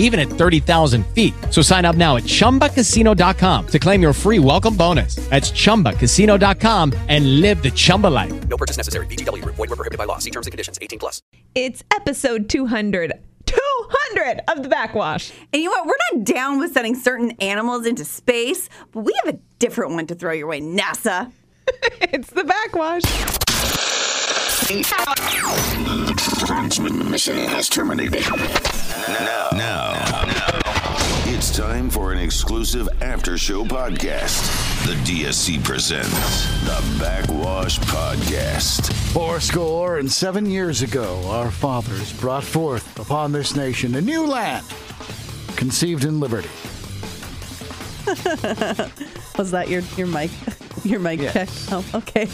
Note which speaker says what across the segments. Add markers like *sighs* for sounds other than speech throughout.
Speaker 1: even at 30,000 feet. So sign up now at ChumbaCasino.com to claim your free welcome bonus. That's ChumbaCasino.com and live the Chumba life.
Speaker 2: No purchase necessary. VGW Group. Void were prohibited by law. See terms and conditions. 18 plus.
Speaker 3: It's episode 200. 200 of the backwash.
Speaker 4: And you know what? We're not down with sending certain animals into space, but we have a different one to throw your way, NASA.
Speaker 3: It's the backwash.
Speaker 5: Transmission has terminated.
Speaker 6: Now, now, it's time for an exclusive after show podcast. The DSC presents the Backwash Podcast.
Speaker 7: Four score and seven years ago, our fathers brought forth upon this nation a new land, conceived in liberty.
Speaker 8: Was that your your mic? *laughs* Your mic
Speaker 7: Yes.
Speaker 8: check? Oh, okay. *laughs*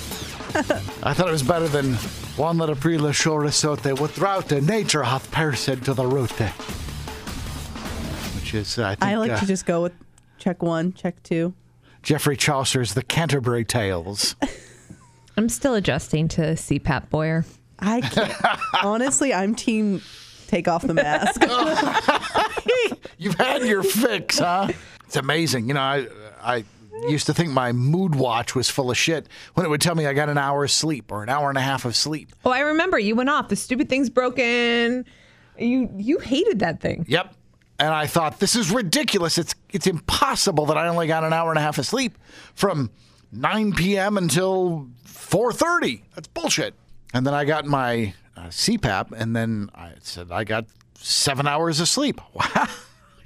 Speaker 7: I thought it was better than one that aprila shorisote, without a nature hath perished to the root. Which is, I think,
Speaker 8: I like
Speaker 7: uh,
Speaker 8: to just go with check one, check two.
Speaker 7: Geoffrey Chaucer's The Canterbury Tales.
Speaker 9: I'm still adjusting to CPAP Boyer.
Speaker 8: I can't. honestly, I'm team take off the mask.
Speaker 7: You've had your fix, huh? It's amazing. You know, I I used to think my mood watch was full of shit when it would tell me I got an hour of sleep or an hour and a half of sleep.
Speaker 3: Oh, I remember you went off. The stupid thing's broken. You you hated that thing.
Speaker 7: Yep. And I thought this is ridiculous. It's it's impossible that I only got an hour and a half of sleep from 9 p.m. until 4:30. That's bullshit. And then I got my uh, CPAP, and then I said I got seven hours of sleep. *laughs* Wow,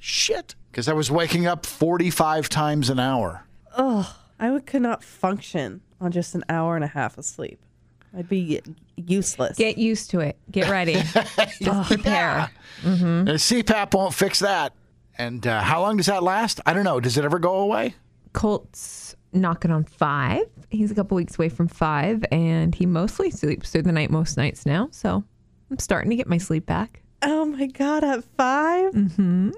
Speaker 7: shit. Because I was waking up 45 times an hour.
Speaker 8: I would, could not function on just an hour and a half of sleep. I'd be useless.
Speaker 9: Get used to it. Get ready.
Speaker 3: *laughs*
Speaker 9: Just prepare.
Speaker 7: Uh, CPAP won't fix that. And uh, how long does that last? I don't know. Does it ever go away?
Speaker 9: Colt's knocking on five. He's a couple weeks away from five, and he mostly sleeps through the night most nights now. So I'm starting to get my sleep back.
Speaker 8: oh my god, at 5
Speaker 9: Mm.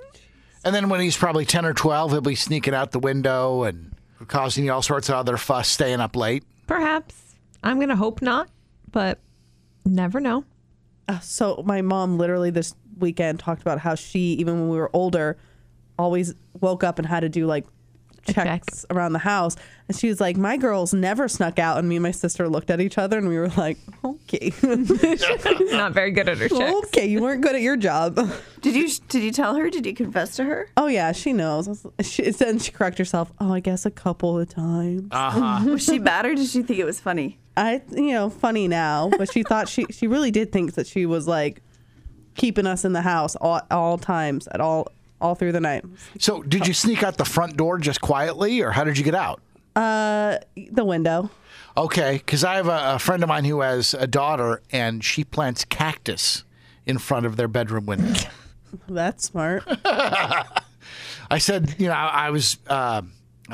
Speaker 7: And then when he's probably 10 or 12, he'll be sneaking out the window and causing you all sorts of other fuss, staying up late.
Speaker 9: Perhaps. I'm going to hope not, but never know.
Speaker 8: Uh, so my mom literally this weekend talked about how she, even when we were older, always woke up and had to do like
Speaker 9: A check.
Speaker 8: checks around the house. And she was like, "My girls never snuck out." And me and my sister looked at each other and we were like,
Speaker 9: *laughs*
Speaker 8: "Okay,
Speaker 9: not very good at her checks.
Speaker 8: okay, you weren't good at your job." *laughs*
Speaker 4: Did you did you tell her? Did you confess to her?
Speaker 8: oh yeah, she knows. She then she corrected herself. Oh, I guess a couple of times.
Speaker 4: Ah. Was *laughs* she mad or did she think it was funny?
Speaker 8: I you know funny now, but she thought she she really did think that she was like keeping us in the house all, all times at all all through the night.
Speaker 7: So, did you sneak out the front door just quietly, or how did you get out?
Speaker 8: Uh, The window.
Speaker 7: Okay, because I have a, a friend of mine who has a daughter, and she plants cactus in front of their bedroom window.
Speaker 4: *laughs*
Speaker 8: That's smart.
Speaker 7: I said, you know, I, I was uh,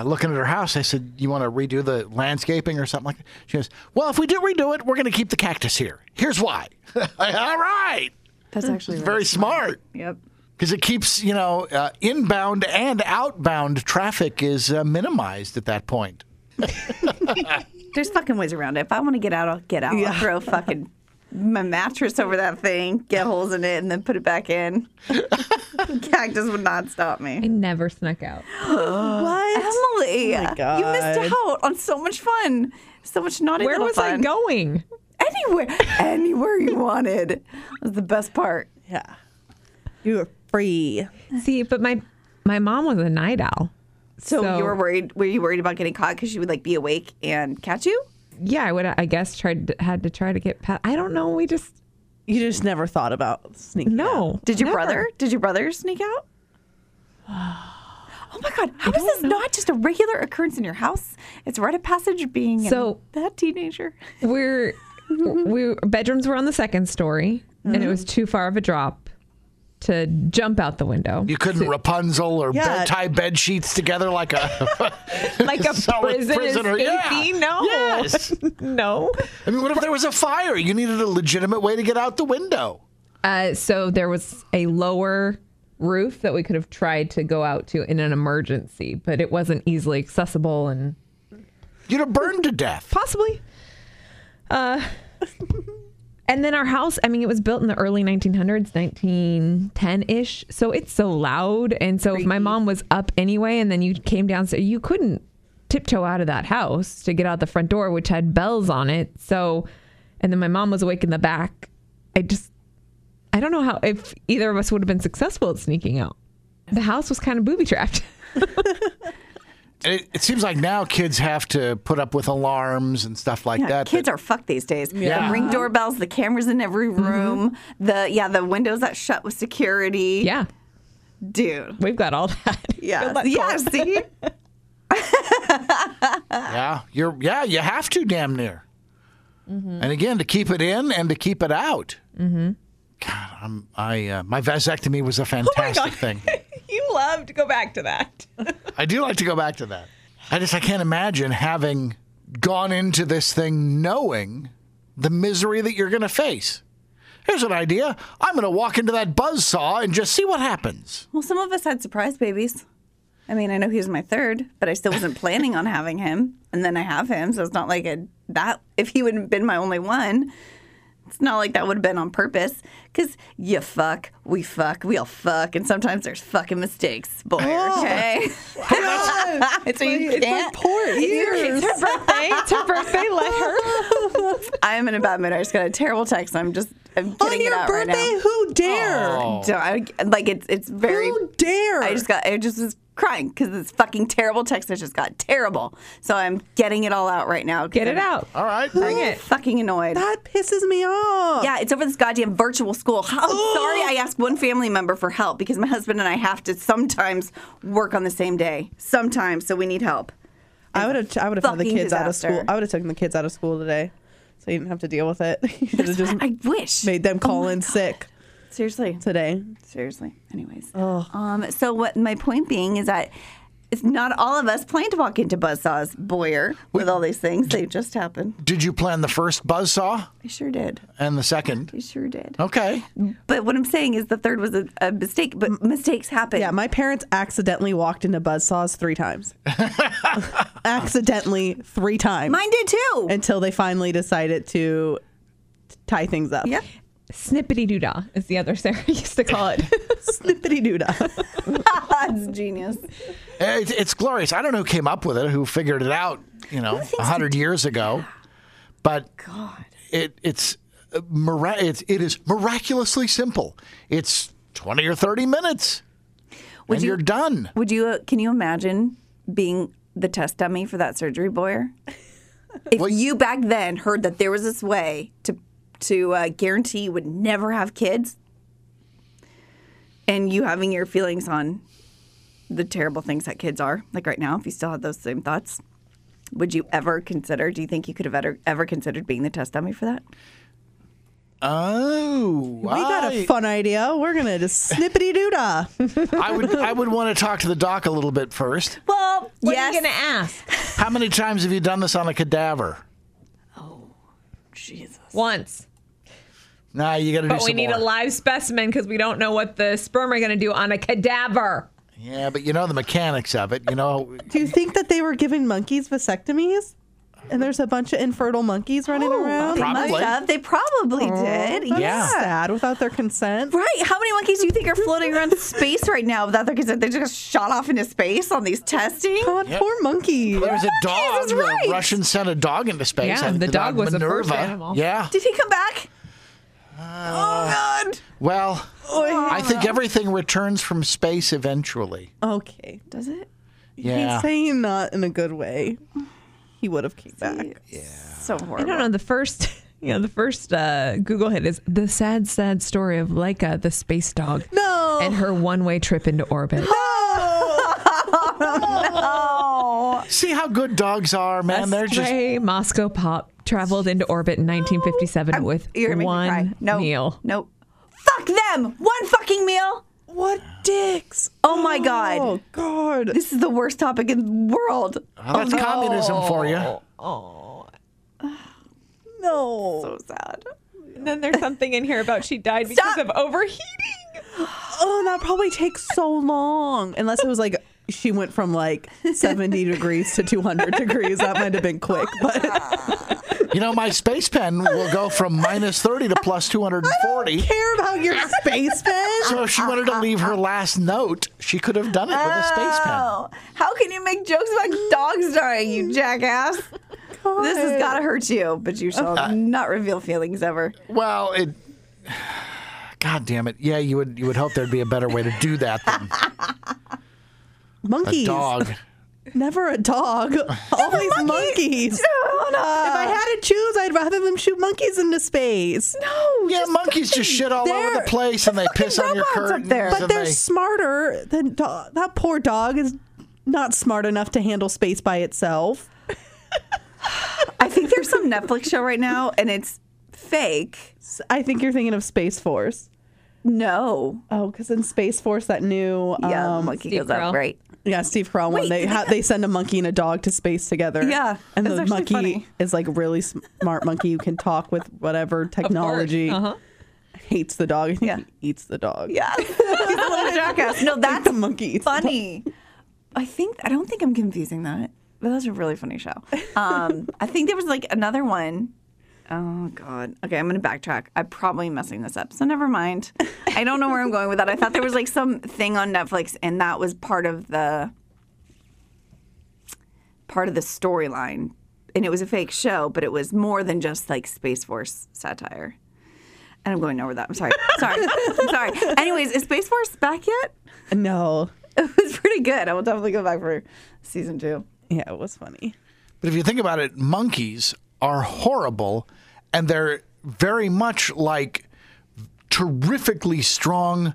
Speaker 7: looking at her house. I said, you want to redo the landscaping or something like that? She goes, well, if we do redo it, we're going to keep the cactus here. Here's why. *laughs* All right.
Speaker 4: That's actually
Speaker 7: Very smart.
Speaker 4: Yep.
Speaker 7: Because it keeps, you know, uh, inbound and outbound traffic is uh, minimized at that point.
Speaker 4: There's fucking ways around it. If I want to get out, I'll get out. I'll throw a fucking my mattress over that thing, get holes in it, and then put it back *laughs* in. Cactus would not stop
Speaker 9: I
Speaker 4: me.
Speaker 9: never snuck out.
Speaker 8: what?
Speaker 4: Emily,
Speaker 8: God.
Speaker 4: you missed out on so much fun, so much naughty
Speaker 9: Where
Speaker 4: little
Speaker 9: was I
Speaker 4: fun.
Speaker 9: going?
Speaker 4: Anywhere, anywhere you wanted. That was the best part.
Speaker 8: Yeah. You were free.
Speaker 9: See, but my my mom was a night owl.
Speaker 4: So, you were worried? Were you worried about getting caught because she would like be awake and catch you?
Speaker 9: yeah, I would. I guess tried to, had to try to get past. I don't know. We just
Speaker 8: You just never thought about sneaking. out.
Speaker 9: no.
Speaker 4: Did your
Speaker 9: never.
Speaker 4: brother? Did your brother sneak
Speaker 9: *sighs*
Speaker 4: out? Oh my God! How is this not just a regular occurrence in your house? It's a rite of passage being
Speaker 9: So-
Speaker 4: an, that teenager.
Speaker 9: We're we bedrooms were on the second story, and it was too far of a drop to jump out the window.
Speaker 7: You
Speaker 3: *laughs*
Speaker 7: couldn't Rapunzel or
Speaker 8: Yeah.
Speaker 7: bed, tie bed sheets together like a
Speaker 3: *laughs*
Speaker 7: *laughs*
Speaker 3: Like a
Speaker 7: So a
Speaker 3: prison
Speaker 7: prisoner, yeah.
Speaker 3: escapee? No.
Speaker 9: *laughs*
Speaker 7: Yes.
Speaker 3: no.
Speaker 7: I mean, what if there was a fire? You needed a legitimate way to get out the window.
Speaker 9: Uh, so there was a lower roof that we could have tried to go out to in an emergency, but it wasn't easily accessible and
Speaker 7: You'd have burned to death.
Speaker 9: possibly. *laughs* Uh, and then our house, I mean, it was built in the early 1900s, 1910 ish. So it's so loud. And so if my mom was up anyway and then you came downstairs, you couldn't tiptoe out of that house to get out the front door, which had bells on it. So, and then my mom was awake in the back. I just, I don't know how, if either of us would have been successful at sneaking out. The house was kind of booby trapped. *laughs*
Speaker 7: And It, it seems like now kids have to put up with alarms and stuff like
Speaker 4: Yeah,
Speaker 7: that.
Speaker 4: kids
Speaker 7: that-
Speaker 4: are fucked these days.
Speaker 7: Yeah.
Speaker 4: The ring doorbells, the cameras in every
Speaker 9: Mm-hmm.
Speaker 4: room, the yeah, the windows that shut with security.
Speaker 9: yeah,
Speaker 4: Dude.
Speaker 9: we've got all that.
Speaker 4: Yeah. Yeah, see?
Speaker 7: yeah, you're yeah, you have to damn near.
Speaker 4: Mm-hmm.
Speaker 7: And again, to keep it in and to keep it out. Mm-hmm. God, I'm I uh, my
Speaker 4: *laughs*
Speaker 7: vasectomy was a
Speaker 4: Oh
Speaker 7: fantastic thing.
Speaker 9: *laughs* you love to go back to that.
Speaker 7: I do like to go back to that. I just I can't imagine having gone into this thing knowing the misery that you're going to face. Here's an idea. I'm going to walk into that buzzsaw and just see what happens.
Speaker 4: Well, some of us had surprise babies. I mean, I know he was my third, but I still wasn't planning on having him. And then I have him, so it's not like a, that. If he wouldn't have been my only one, it's not like that would have been on purpose. Because you fuck, we fuck, we all fuck, and sometimes there's fucking mistakes, boy. Okay, it's, you can't.
Speaker 8: Poor ears.
Speaker 4: It's her birthday. It's her birthday. Let her. *laughs* I am in a bad mood. I just got a terrible text. I'm just. I'm getting
Speaker 8: On
Speaker 4: it
Speaker 8: your
Speaker 4: out
Speaker 8: birthday,
Speaker 4: Right now.
Speaker 8: who dare?
Speaker 7: Oh.
Speaker 4: Don't- I- like it's it's very
Speaker 8: Who dare?
Speaker 4: I just got I just was crying because this fucking terrible text I just got terrible. So I'm getting it all out right now. 'cause
Speaker 9: Get it
Speaker 4: I'm
Speaker 9: out.
Speaker 7: All right.
Speaker 4: Bring it. Fucking annoyed.
Speaker 8: That pisses me off.
Speaker 4: yeah, it's over this goddamn virtual school. How, I'm sorry, I asked one family member for help because my husband and I have to sometimes work on the same day. Sometimes, so we need help.
Speaker 8: I would have. I would have had the
Speaker 4: Fucking
Speaker 8: kids out of school.
Speaker 4: disaster.
Speaker 8: I would have taken the kids out of school today, so you didn't have to deal with it. *laughs* You should have just
Speaker 4: I wish.
Speaker 8: Mm. made them
Speaker 4: Oh
Speaker 8: call
Speaker 4: my
Speaker 8: in
Speaker 4: God.
Speaker 8: sick
Speaker 4: Seriously.
Speaker 8: today.
Speaker 4: seriously. Anyways, um, so what my point being is that it's not all of us plan to walk into buzzsaws, Boyer, with all these things. They just happen.
Speaker 7: Did you plan the first buzzsaw
Speaker 4: I sure did.
Speaker 7: and the second?
Speaker 4: I sure did.
Speaker 8: Oh.
Speaker 7: Okay.
Speaker 4: But what I'm saying is the third was a, a mistake. But mistakes happen.
Speaker 8: Yeah, my parents accidentally walked into buzzsaws three times. accidentally three times
Speaker 4: mine did too.
Speaker 8: until they finally decided to tie things up. *laughs*
Speaker 4: yep. *laughs*
Speaker 9: Snippity doo dah is the other *laughs* Sarah used to call it. *laughs*
Speaker 8: Snippity doodah.
Speaker 4: That's genius.
Speaker 7: It, it's glorious. I don't know who came up with it, who figured it out, you know, a hundred years ago. But God, it it's uh, mira- it's it is miraculously simple. It's twenty or thirty minutes, and
Speaker 4: you-
Speaker 7: you're done.
Speaker 4: Would you? Uh, can you imagine being the test dummy for that surgery, Boyer? If you back then heard that there was this way to to uh, guarantee you would never have kids, and you having your feelings on the terrible things that kids are, like right now, if you still had those same thoughts, would you ever consider? Do you think you could have ever, ever considered being the test dummy for that?
Speaker 7: Oh,
Speaker 8: We got a fun idea. We're gonna just snippity doodah.
Speaker 7: I would I would want to talk to the doc a little bit first.
Speaker 4: Well,
Speaker 9: What
Speaker 4: yes.
Speaker 9: are you going to ask?
Speaker 7: How many times have you done this on a cadaver?
Speaker 4: Jesus.
Speaker 9: Once.
Speaker 7: Nah, you got to do
Speaker 9: But we
Speaker 7: some
Speaker 9: need
Speaker 7: more.
Speaker 9: a live specimen because we don't know what the sperm are going to do on a cadaver.
Speaker 7: Yeah, but you know the mechanics of it. You know,
Speaker 8: Do you think that they were giving monkeys vasectomies? And there's a bunch of infertile monkeys running around.
Speaker 4: Oh, They
Speaker 7: Probably.
Speaker 4: must have. They probably did.
Speaker 8: Oh, That's
Speaker 4: Yeah.
Speaker 8: sad without their consent.
Speaker 4: Right. How many monkeys do you think are floating around space right now without their consent? They just got shot off into space on these testing.
Speaker 8: God, poor monkey.
Speaker 7: there was a dog.
Speaker 4: is
Speaker 7: The
Speaker 4: right.
Speaker 7: Russian sent a dog into space.
Speaker 9: Yeah,
Speaker 7: I think
Speaker 9: the dog was the first
Speaker 7: Minerva.
Speaker 9: animal.
Speaker 7: Yeah.
Speaker 4: Did he come back? Uh, oh God!
Speaker 7: Well, I think everything returns from space eventually.
Speaker 8: Okay.
Speaker 4: Does it?
Speaker 7: Yeah.
Speaker 8: He's saying not in a good way. He would have came back.
Speaker 4: So horrible.
Speaker 9: I don't know. The first, *laughs* you know, the first uh, Google hit is the sad, sad story of Laika, the space dog,
Speaker 8: No.
Speaker 9: and her one-way trip into *gasps* orbit.
Speaker 7: See how good dogs are, man. They're just
Speaker 9: Stray Moscow Pop traveled into orbit in 1957 with
Speaker 4: You're gonna make me cry.
Speaker 9: one
Speaker 4: No.
Speaker 9: meal.
Speaker 4: No. Fuck Fuck them. One fucking meal.
Speaker 8: What dicks?
Speaker 4: Oh my God.
Speaker 8: Oh god.
Speaker 4: This is the worst topic in the world. Oh,
Speaker 7: Well, Oh,
Speaker 9: Oh,
Speaker 7: that's communism for you.
Speaker 8: no.
Speaker 4: So sad.
Speaker 3: And then there's something in here about she died
Speaker 4: Stop.
Speaker 3: because of overheating.
Speaker 8: Oh, and that probably takes so long. Unless it was like she went from like 70 degrees to 200 degrees. That might have been quick, *laughs* but
Speaker 7: You know, my space pen will go from minus 30 to plus 240.
Speaker 8: care about your space pen.
Speaker 7: So if she wanted to leave her last note, she could have done it with a space pen.
Speaker 4: Oh, how can you make jokes about dogs dying, you
Speaker 8: *laughs*
Speaker 4: jackass? This has got to hurt you, but you shall
Speaker 7: Uh,
Speaker 4: not reveal feelings ever.
Speaker 7: Well, it. *sighs* God damn it! Yeah, you would you would hope there'd be a better way to do that than a
Speaker 8: Monkeys.
Speaker 7: dog.
Speaker 8: Never a
Speaker 7: *laughs*
Speaker 8: dog. Always monkeys. If I had to choose, I'd rather them shoot monkeys into space. No.
Speaker 7: Yeah, monkeys just shit all over the
Speaker 8: They're-
Speaker 7: place and they piss on your
Speaker 4: robots up
Speaker 7: curtains.
Speaker 4: there.
Speaker 8: But
Speaker 7: and
Speaker 8: they're
Speaker 7: they-
Speaker 8: smarter than dog. That poor dog is not smart enough to handle space by itself.
Speaker 4: I think there's some Netflix show right now, and it's fake.
Speaker 8: S- I think you're thinking of Space Force.
Speaker 4: No.
Speaker 8: Oh, because in Space Force, that new
Speaker 4: Yeah, the
Speaker 8: um,
Speaker 4: monkey
Speaker 9: Steve
Speaker 4: goes up,
Speaker 9: Carell.
Speaker 4: right?
Speaker 8: Yeah, Steve Carell one.
Speaker 4: Wait,
Speaker 8: They
Speaker 4: did they
Speaker 8: ha- they send a monkey and a dog to space together.
Speaker 4: Yeah,
Speaker 8: and
Speaker 4: that's
Speaker 8: the
Speaker 4: actually
Speaker 8: monkey
Speaker 4: funny.
Speaker 8: is like really smart monkey who can talk with whatever technology.
Speaker 9: uh-huh.
Speaker 8: Hates the dog. I think
Speaker 4: Yeah.
Speaker 8: he eats the dog. *laughs*
Speaker 4: Yeah. *laughs* He's a little jackass. No, that's
Speaker 8: the monkey *laughs* eats the dog.
Speaker 4: funny. I think I don't think I'm confusing that. But that was a really funny show. Um, I think there was like another one. Oh God. Okay, I'm gonna backtrack. I'm probably messing this up. So never mind. I don't know where I'm going with that. I thought there was like some thing on Netflix and that was part of the part of the storyline. And it was a fake show, but it was more than just like Space Force satire. And I'm going over that. I'm sorry. Sorry. I'm sorry. Anyways, is Space Force back yet?
Speaker 8: No.
Speaker 4: *laughs* It was pretty good. I will definitely go back for season two.
Speaker 8: Yeah, it was funny.
Speaker 7: But if you think about it, monkeys are horrible and they're very much like terrifically strong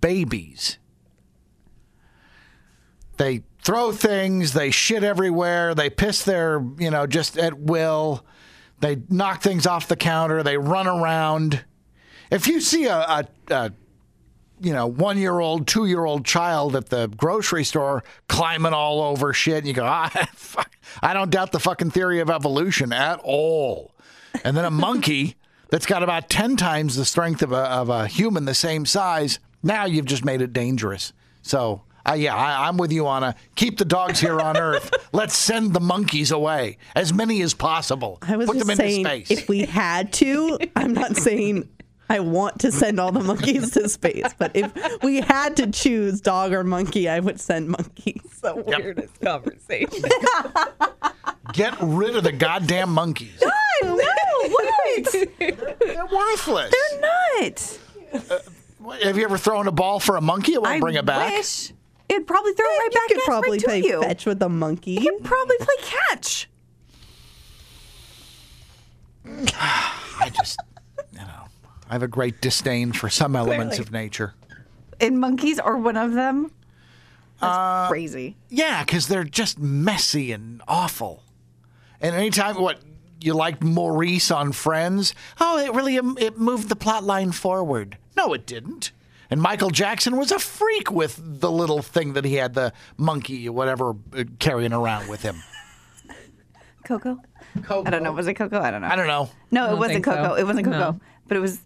Speaker 7: babies. They throw things, they shit everywhere, they piss their, you know, just at will. They knock things off the counter, they run around. If you see a, a, a you know, one year old, two year old child at the grocery store climbing all over shit. And you go, ah, *laughs* fuck. I don't doubt the fucking theory of evolution at all. And then a monkey that's got about 10 times the strength of a, of a human the same size. Now you've just made it dangerous. So, uh, yeah, I, I'm with you on a keep the dogs here
Speaker 9: *laughs*
Speaker 7: on Earth. Let's send the monkeys away, as many as possible.
Speaker 8: I was
Speaker 7: Put
Speaker 8: just
Speaker 7: them
Speaker 8: saying,
Speaker 7: into space.
Speaker 8: *laughs* if we had to, I'm not saying I want to send all the monkeys to space, but if we had to choose dog or monkey, I would send monkeys. So
Speaker 9: Weirdest
Speaker 8: *laughs*
Speaker 9: conversation.
Speaker 7: Get rid of the goddamn monkeys.
Speaker 4: I know *laughs* what?
Speaker 7: They're worthless.
Speaker 4: Not.
Speaker 7: Have you ever thrown a ball for a monkey? It won't
Speaker 4: I
Speaker 7: bring it back.
Speaker 4: Wish it'd probably throw it right
Speaker 8: you
Speaker 4: back.
Speaker 8: could
Speaker 4: at-
Speaker 8: probably
Speaker 4: right
Speaker 8: play
Speaker 4: to you.
Speaker 8: fetch with the monkey.
Speaker 4: You could probably play catch.
Speaker 7: I just, you know, I have a great disdain for some elements of nature.
Speaker 4: And monkeys are one of them. That's
Speaker 7: Uh,
Speaker 4: crazy.
Speaker 7: Yeah, because they're just messy and awful. And anytime what you liked Maurice on Friends, oh, it really um, it moved the plot line forward. No, it didn't. And Michael Jackson was a freak with the little thing that he had, the monkey, whatever, uh, carrying around with him.
Speaker 4: Coco. I don't know. Was it Coco? I don't know.
Speaker 7: I don't know.
Speaker 4: No, it
Speaker 9: don't
Speaker 4: wasn't
Speaker 9: think so.
Speaker 4: Coco. It wasn't Coco.
Speaker 9: No.
Speaker 4: But it was.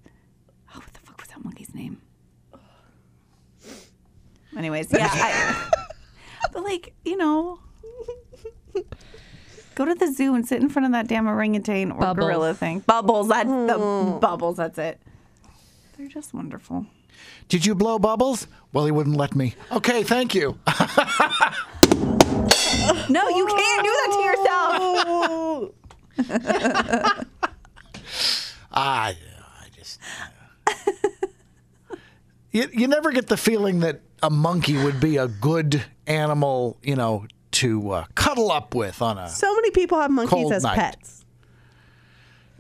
Speaker 4: Oh, what the fuck was that monkey's name? Anyways, yeah.
Speaker 9: *laughs*
Speaker 4: I, but like you know, go to the zoo and sit in front of that damn orangutan or
Speaker 9: Bubbles. Hmm.
Speaker 4: gorilla thing. Bubbles. That the bubbles. That's it. They're just wonderful.
Speaker 7: Did you blow bubbles? Well, he wouldn't let me. Okay, thank you.
Speaker 4: No, you can't do that to
Speaker 9: *laughs*
Speaker 4: yourself.
Speaker 8: Oh,
Speaker 7: I, Ah, I just. *laughs* you, you never get the feeling that a monkey would be a good animal, you know, to uh, cuddle up with on a.
Speaker 8: so many people have monkeys
Speaker 7: Cold
Speaker 8: as
Speaker 7: night.
Speaker 8: pets.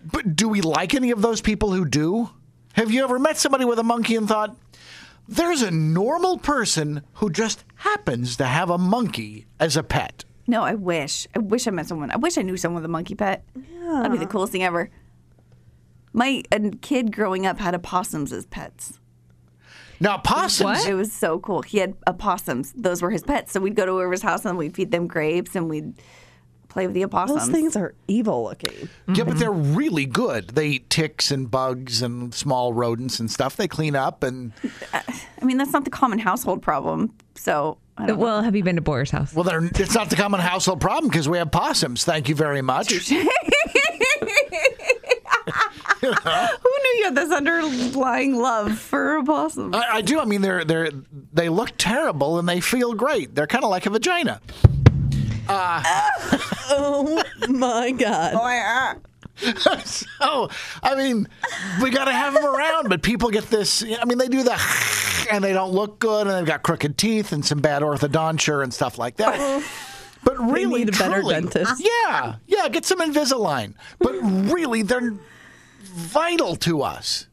Speaker 7: But do we like any of those people who do? Have you ever met somebody with a monkey and thought, there's a normal person who just happens to have a monkey as a pet?
Speaker 4: No, I wish. I wish I met someone. I wish I knew someone with a monkey pet. That'd be the coolest thing ever. My a kid growing up had opossums as pets.
Speaker 7: Now possums.
Speaker 4: It was so cool. He had opossums. Those were his pets. So we'd go to whoever's house and we'd feed them grapes and we'd play with the opossums.
Speaker 8: Those things are evil looking.
Speaker 7: Yeah, but they're really good. They eat ticks and bugs and small rodents and stuff. They clean up and
Speaker 4: I mean, that's not the common household problem. So I *laughs* don't
Speaker 9: Well, have you been to Boyer's house?
Speaker 7: well, they're, it's not the common household problem because we have possums. Thank you very much.
Speaker 4: know. Who knew you had this underlying love for opossums?
Speaker 7: I, I do. I mean, they're they're they look terrible and they feel great. They're kind of like a vagina.
Speaker 8: Oh my god.
Speaker 7: *laughs* so I mean, we got to have them around, but people get this. I mean, they do the *laughs* and they don't look good, and they've got crooked teeth and some bad orthodonture and stuff like that. But really,
Speaker 8: Uh-huh. need a better
Speaker 7: truly-
Speaker 8: dentist.
Speaker 7: Yeah, yeah, get some Invisalign. But really, they're vital to us.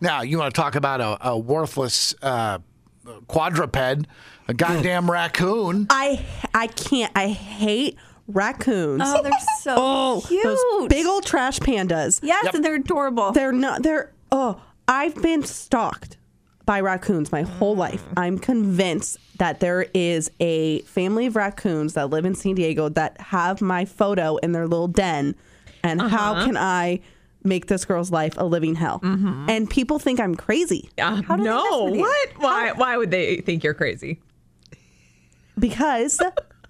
Speaker 7: Now, you want to talk about a, a worthless uh, quadruped, a goddamn raccoon.
Speaker 8: I I can't. I hate raccoons.
Speaker 4: Oh, they're so
Speaker 8: Oh,
Speaker 4: cute.
Speaker 8: those big old trash pandas.
Speaker 4: yes, and they're adorable.
Speaker 8: They're not. They're. Oh, I've been stalked by raccoons my whole life. I'm convinced that there is a family of raccoons that live in San Diego that have my photo in their little den. And how can I make this girl's life a living hell? And people think I'm crazy
Speaker 9: Uh,
Speaker 4: do they mess
Speaker 9: no.
Speaker 4: with you?
Speaker 9: What? Why? Why would they think you're crazy?
Speaker 8: because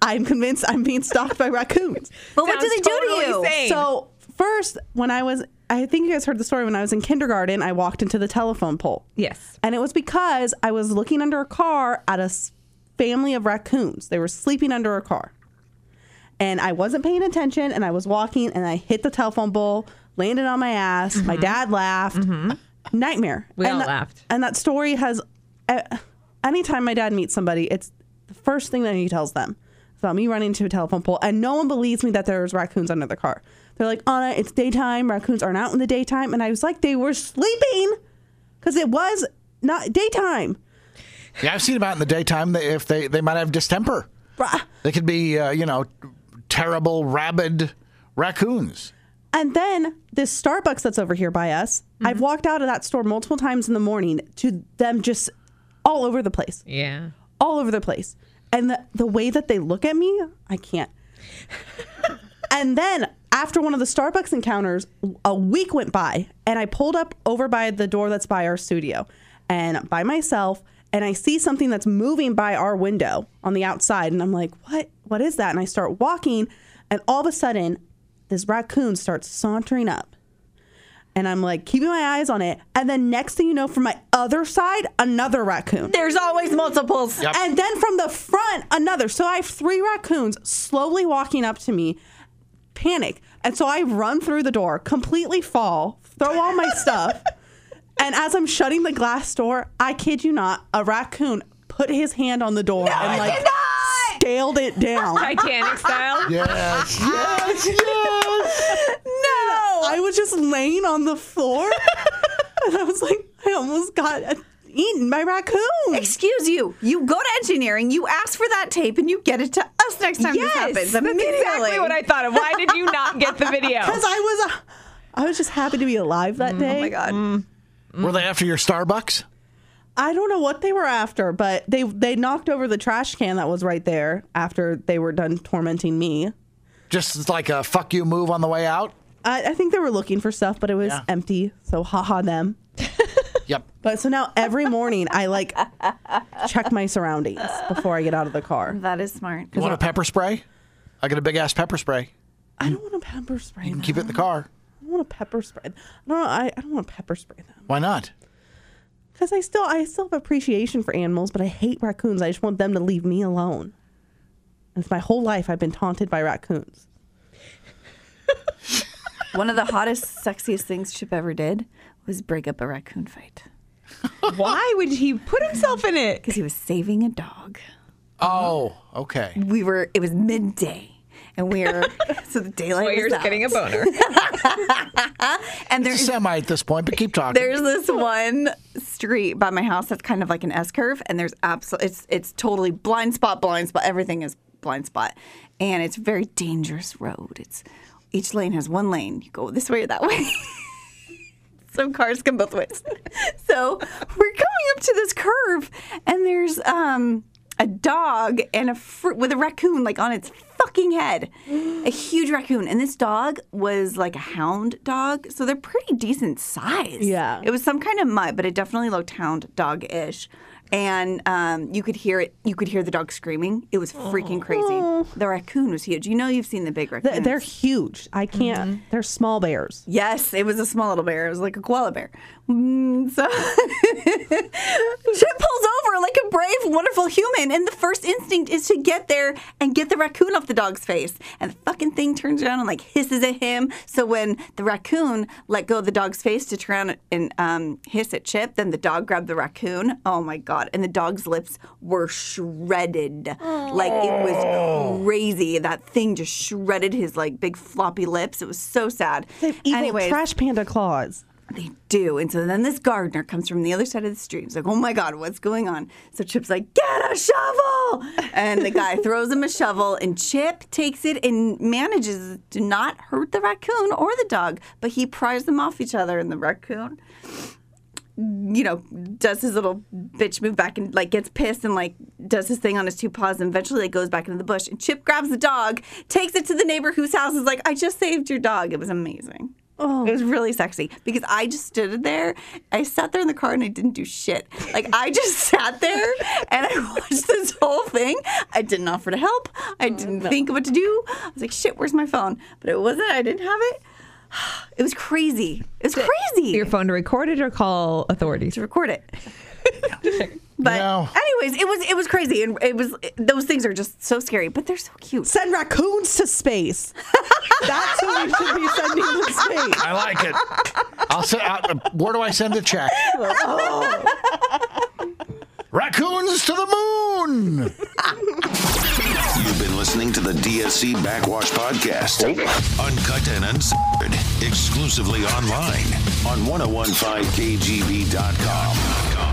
Speaker 8: I'm convinced I'm being stalked by raccoons.
Speaker 4: but what do
Speaker 9: Sounds
Speaker 4: they do to
Speaker 9: totally
Speaker 4: you?
Speaker 9: safe. Same.
Speaker 8: So first, when I was, I think you guys heard the story. When I was in kindergarten, I walked into the telephone pole.
Speaker 9: Yes.
Speaker 8: and it was because I was looking under a car at a s- family of raccoons. They were sleeping under a car, and I wasn't paying attention. And I was walking, and I hit the telephone pole, landed on my ass. My dad laughed. Nightmare.
Speaker 9: Mm-hmm. We
Speaker 8: and
Speaker 9: all
Speaker 8: that-
Speaker 9: laughed.
Speaker 8: And that story has. Uh, anytime my dad meets somebody, it's the first thing that he tells them It's about me running into a telephone pole, and no one believes me that there's raccoons under the car. They're like, Anna, it's daytime. Raccoons aren't out in the daytime, and I was like, they were sleeping because it was not daytime.
Speaker 7: Yeah, I've seen them out in the daytime. They, if they, they might have distemper. They could be, uh, you know, terrible, rabid raccoons.
Speaker 8: And then this Starbucks that's over here by us, I've walked out of that store multiple times in the morning to them just all over the place,
Speaker 9: *laughs* Yeah.
Speaker 8: all over the place. And the, the way that they look at me, I can't. and then after one of the Starbucks encounters, a week went by and I pulled up over by the door that's by our studio and by myself and I see something that's moving by our window on the outside and I'm like, "What? What is that?" And I start walking and all of a sudden this raccoon starts sauntering up. And I'm like keeping my eyes on it. And then next thing you know, from my other side, another raccoon.
Speaker 4: There's always multiples.
Speaker 8: And then from the front, another. So I have three raccoons slowly walking up to me, panic. And so I run through the door, completely fall, throw
Speaker 4: *laughs*
Speaker 8: all my stuff. And as I'm shutting the glass door, I kid you not, a raccoon put his hand on the door and like scaled
Speaker 4: *laughs*
Speaker 8: it down.
Speaker 9: Titanic style. *laughs*
Speaker 7: Yes, yes, yes.
Speaker 8: I was just laying on
Speaker 4: *laughs*
Speaker 8: the floor. and I was like, I almost got uh, eaten by raccoons.
Speaker 4: Excuse you. You go to engineering, you ask for that tape, and you get it to us next time
Speaker 8: Yes,
Speaker 4: this happens.
Speaker 8: that's
Speaker 4: Immediately.
Speaker 9: Exactly what I thought of. Why did you not get the *laughs* video?
Speaker 8: Because I was, uh, I was just happy to be alive that day.
Speaker 4: Oh my god.
Speaker 7: *laughs* Were they after your Starbucks?
Speaker 8: I don't know what they were after, but they they knocked over the trash can that was right there after they were done tormenting me.
Speaker 7: Just like a fuck you move on the way out?
Speaker 8: I, I think they were looking for stuff, but it was
Speaker 7: Yeah.
Speaker 8: empty. So haha them.
Speaker 7: *laughs* Yep.
Speaker 8: But so now every morning
Speaker 7: *laughs*
Speaker 8: I like check my surroundings before I get out of the car.
Speaker 4: That is smart.
Speaker 7: You want a pepper spray? I got a big ass pepper spray.
Speaker 8: I don't want a pepper spray.
Speaker 7: You
Speaker 8: Them.
Speaker 7: can keep it in the car.
Speaker 8: I don't want a pepper spray. I don't. I, I don't want to pepper spray them
Speaker 7: Why not?
Speaker 8: because I still I still have appreciation for animals, but I hate raccoons. I just want them to leave me alone. It's my whole life I've been taunted by raccoons.
Speaker 4: One of the hottest, sexiest things Chip ever did was break up a raccoon fight
Speaker 3: Why would he put himself in
Speaker 9: *laughs*
Speaker 3: it?
Speaker 4: because he was saving a dog.
Speaker 7: Oh, okay.
Speaker 4: We were. It was midday. And we are *laughs* so the daylight
Speaker 9: Boyer's
Speaker 4: was out.
Speaker 9: getting a boner.
Speaker 4: and there's
Speaker 7: Semi at this point, but keep talking.
Speaker 4: there's this one street by my house that's kind of like an S curve, and there's absolutely it's it's totally blind spot, blind spot. Everything is blind spot, and it's a very dangerous road. It's each lane has one lane. You go this way or that way. so cars come both ways. *laughs* So we're coming up to this curve, and there's um, a dog and a fr- with a raccoon like on its fucking head,
Speaker 8: *gasps*
Speaker 4: a huge raccoon. And this dog was like a hound dog, so they're pretty decent size.
Speaker 8: Yeah.
Speaker 4: it was some kind of mutt, but it definitely looked hound dog ish. And um, you could hear it. You could hear the dog screaming. It was freaking crazy. The raccoon was huge. You know, you've seen the big raccoon.
Speaker 8: Oh. Th- They're huge. I can't. They're small bears.
Speaker 4: Yes, it was a small little bear. It was like a koala bear. Mm, so *laughs* Chip pulls over like a brave, wonderful human, and the first instinct is to get there and get the raccoon off the dog's face. And the fucking thing turns around and like hisses at him. So when the raccoon let go of the dog's face to turn around and um, hiss at Chip, then the dog grabbed the raccoon. Oh my god! And the dog's lips were shredded, like it was crazy. That thing just shredded his like big floppy lips. It was so sad.
Speaker 8: They have evil
Speaker 4: Anyways,
Speaker 8: trash panda claws.
Speaker 4: they do. And so then this gardener comes from the other side of the street. He's like, oh my God, what's going on? So Chip's like, get a shovel. And the guy throws him a shovel, and Chip takes it and manages to not hurt the raccoon or the dog, but he pries them off each other, and the raccoon you know, does his little bitch move back and like gets pissed and like does his thing on his two paws and eventually like goes back into the bush and Chip grabs the dog, takes it to the neighbor whose house is like, I just saved your dog. It was amazing. Oh. It was really sexy because I just stood there. I sat there in the car and I didn't do shit. Like I just *laughs* sat there and I watched this whole thing. I didn't offer to help. I didn't think what to do. I was like, shit, where's my phone? But it wasn't. I didn't have it. *sighs* It was crazy. It was crazy
Speaker 9: *laughs* Your phone to record it or call authorities.
Speaker 4: to record it. but
Speaker 7: No.
Speaker 4: anyways, it was it was crazy, and it was those things are just so scary, but they're so cute.
Speaker 8: Send raccoons to space. *laughs* That's who we should be sending to space.
Speaker 7: I like it. *laughs* I'll send. Uh, where do I send a *laughs* check? Oh. Raccoons to the moon.
Speaker 6: You've been listening to the DSC Backwash Podcast. Uncut and uncensored. Exclusively online on 1015kgb.com.